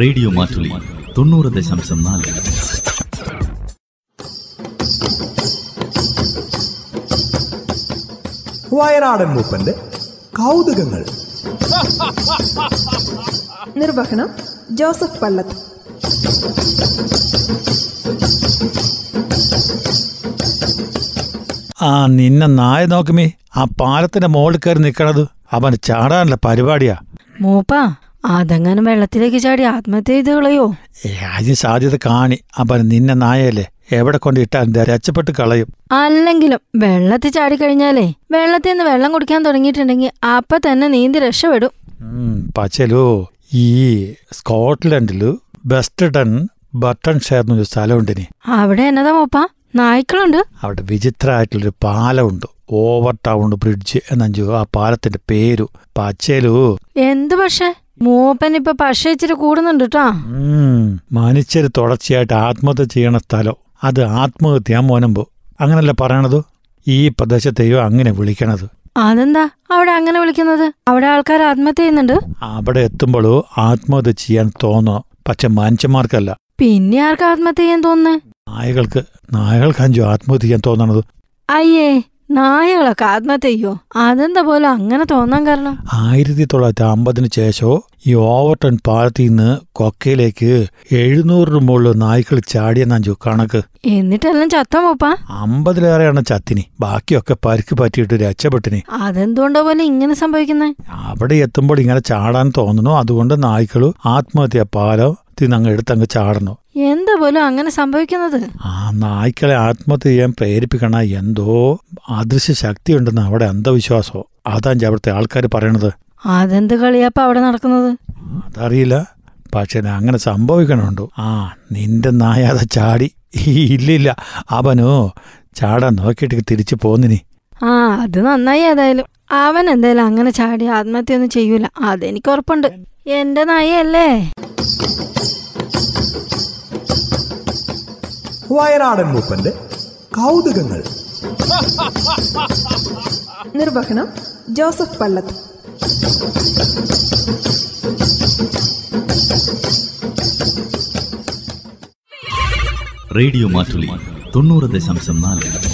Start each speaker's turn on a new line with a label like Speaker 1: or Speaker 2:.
Speaker 1: radio Mattoli തൊണ്ണൂറ് ദശാംശം നാല്
Speaker 2: വയനാടൻ മൂപ്പന്റെ കൗതുകങ്ങൾ
Speaker 3: നിർവഹണം ജോസഫ് പള്ളത്ത്
Speaker 4: ആ നിന്നെ നായ നോക്കുമേ ആ പാലത്തിന്റെ മുകളിൽ കയറി നിൽക്കണത് അവൻ ചാടാനുള്ള പരിപാടിയാ
Speaker 5: മൂപ്പ അതങ്ങനെ വെള്ളത്തിലേക്ക് ചാടി ആത്മഹത്യ ചെയ്ത് കളയോ
Speaker 4: ഏ, അതിന് സാധ്യത കാണി അവൻ നിന്നെ നായയല്ലേ എവിടെ കൊണ്ട് ഇട്ടാൽ ദേ രക്ഷപ്പെട്ട് കളയും
Speaker 5: അല്ലെങ്കിലും വെള്ളത്തിൽ ചാടിക്കഴിഞ്ഞാലേ വെള്ളത്തിൽ നിന്ന് വെള്ളം കുടിക്കാൻ തുടങ്ങിയിട്ടുണ്ടെങ്കിൽ അപ്പൊ തന്നെ നീന്തി രക്ഷപ്പെടും
Speaker 4: ഉം, പച്ചലോ ഈ സ്കോട്ട്ലൻഡില് വെസ്റ്റഡൺ ബട്ടൺ ഷെയർ എന്നൊരു സ്ഥലമുണ്ടിനി
Speaker 5: അവിടെ എന്നതാ മൂപ്പ നായ്ക്കളുണ്ട്
Speaker 4: അവിടെ വിചിത്രമായിട്ടുള്ളൊരു പാലമുണ്ട് ഓവർ ടൗൺ ബ്രിഡ്ജ് എന്നഞ്ചു ആ പാലത്തിന്റെ പേരു പച്ചലു
Speaker 5: എന്ത് പക്ഷേ മൂപ്പൻ ഇപ്പൊ പക്ഷേ ഇച്ചിരി കൂടുന്നുണ്ട് കേട്ടോ
Speaker 4: മനുഷ്യർ തുടർച്ചയായിട്ട് ആത്മഹത്യ ചെയ്യണ സ്ഥലം അത് ആത്മഹത്യ മോനമ്പോ അങ്ങനല്ല പറയണത് ഈ പ്രദേശത്തെയോ അങ്ങനെ വിളിക്കണത്
Speaker 5: അതെന്താ അവിടെ അങ്ങനെ വിളിക്കുന്നത് അവിടെ ആൾക്കാർ ആത്മഹത്യ ചെയ്യുന്നുണ്ട്
Speaker 4: അവിടെ എത്തുമ്പോഴോ ആത്മഹത്യ ചെയ്യാൻ തോന്നണം പക്ഷെ മനുഷ്യന്മാർക്കല്ല
Speaker 5: പിന്നെ ആർക്ക് ആത്മഹത്യ ചെയ്യാൻ തോന്നുന്നേ
Speaker 4: നായകൾക്ക് നായകൾക്ക് അഞ്ചോ ആത്മഹത്യ ചെയ്യാൻ തോന്നണത്
Speaker 5: അയ്യേ നായകളൊക്കെ ആത്മഹത്യ ചെയ്യോ അതെന്താ പോലും അങ്ങനെ തോന്നാൻ കാരണം
Speaker 4: ആയിരത്തി തൊള്ളായിരത്തി അമ്പതിന് ശേഷമോ ഈ ഓവർടൺ പാലത്തിൽ നിന്ന് കൊക്കയിലേക്ക് എഴുന്നൂറിന് മുകളിൽ നായ്ക്കൾ ചാടിയെന്നാഞ്ചു കണക്ക്
Speaker 5: എന്നിട്ടെല്ലാം ചത്തോ മൂപ്പ
Speaker 4: അമ്പതിലേറെയാണ് ചത്തിനി ബാക്കിയൊക്കെ പരിക്ക് പറ്റിയിട്ട് രക്ഷപ്പെട്ടിനി
Speaker 5: അതെന്തുകൊണ്ടോ പോലെ ഇങ്ങനെ സംഭവിക്കുന്നേ
Speaker 4: അവിടെ എത്തുമ്പോൾ ഇങ്ങനെ ചാടാൻ തോന്നണു അതുകൊണ്ട് നായ്ക്കൾ ആത്മഹത്യാ പാലത്തിൽ അങ്ങ് എടുത്തങ്ങ് ചാടണു
Speaker 5: എന്താ പോലും അങ്ങനെ സംഭവിക്കുന്നത്
Speaker 4: ആ നായ്ക്കളെ ആത്മഹത്യ ചെയ്യാൻ പ്രേരിപ്പിക്കണ എന്തോ അദൃശ്യ ശക്തിയുണ്ടെന്ന് അവിടെ അന്ധവിശ്വാസമോ അതാണ് അവിടുത്തെ ആൾക്കാർ പറയണത്
Speaker 5: അതെന്ത് കളിയാപ്പ അവിടെ നടക്കുന്നത്
Speaker 4: അതറിയില്ല പക്ഷെ ഇത് അങ്ങനെ സംഭവിക്കണുണ്ടോ ആ നിന്റെ നായ അത് ചാടി ഇല്ലില്ല അവനോ ചാടാൻ നോക്കിയിട്ട് തിരിച്ചു പോന്നിനി
Speaker 5: ആ അത് നന്നായി ഏതായാലും അവൻ എന്തായാലും അങ്ങനെ ചാടി ആത്മഹത്യ ഒന്നും ചെയ്യൂല അതെനിക്ക് ഉറപ്പുണ്ട് എന്റെ നായയല്ലേ
Speaker 2: വയനാടൻ മൂപ്പന്റെ കൗതുകങ്ങൾ
Speaker 3: നിർവഹണം ജോസഫ് പള്ളത്ത്
Speaker 1: റേഡിയോ മാറ്റുലി തൊണ്ണൂറ് ദശാംശം നാല്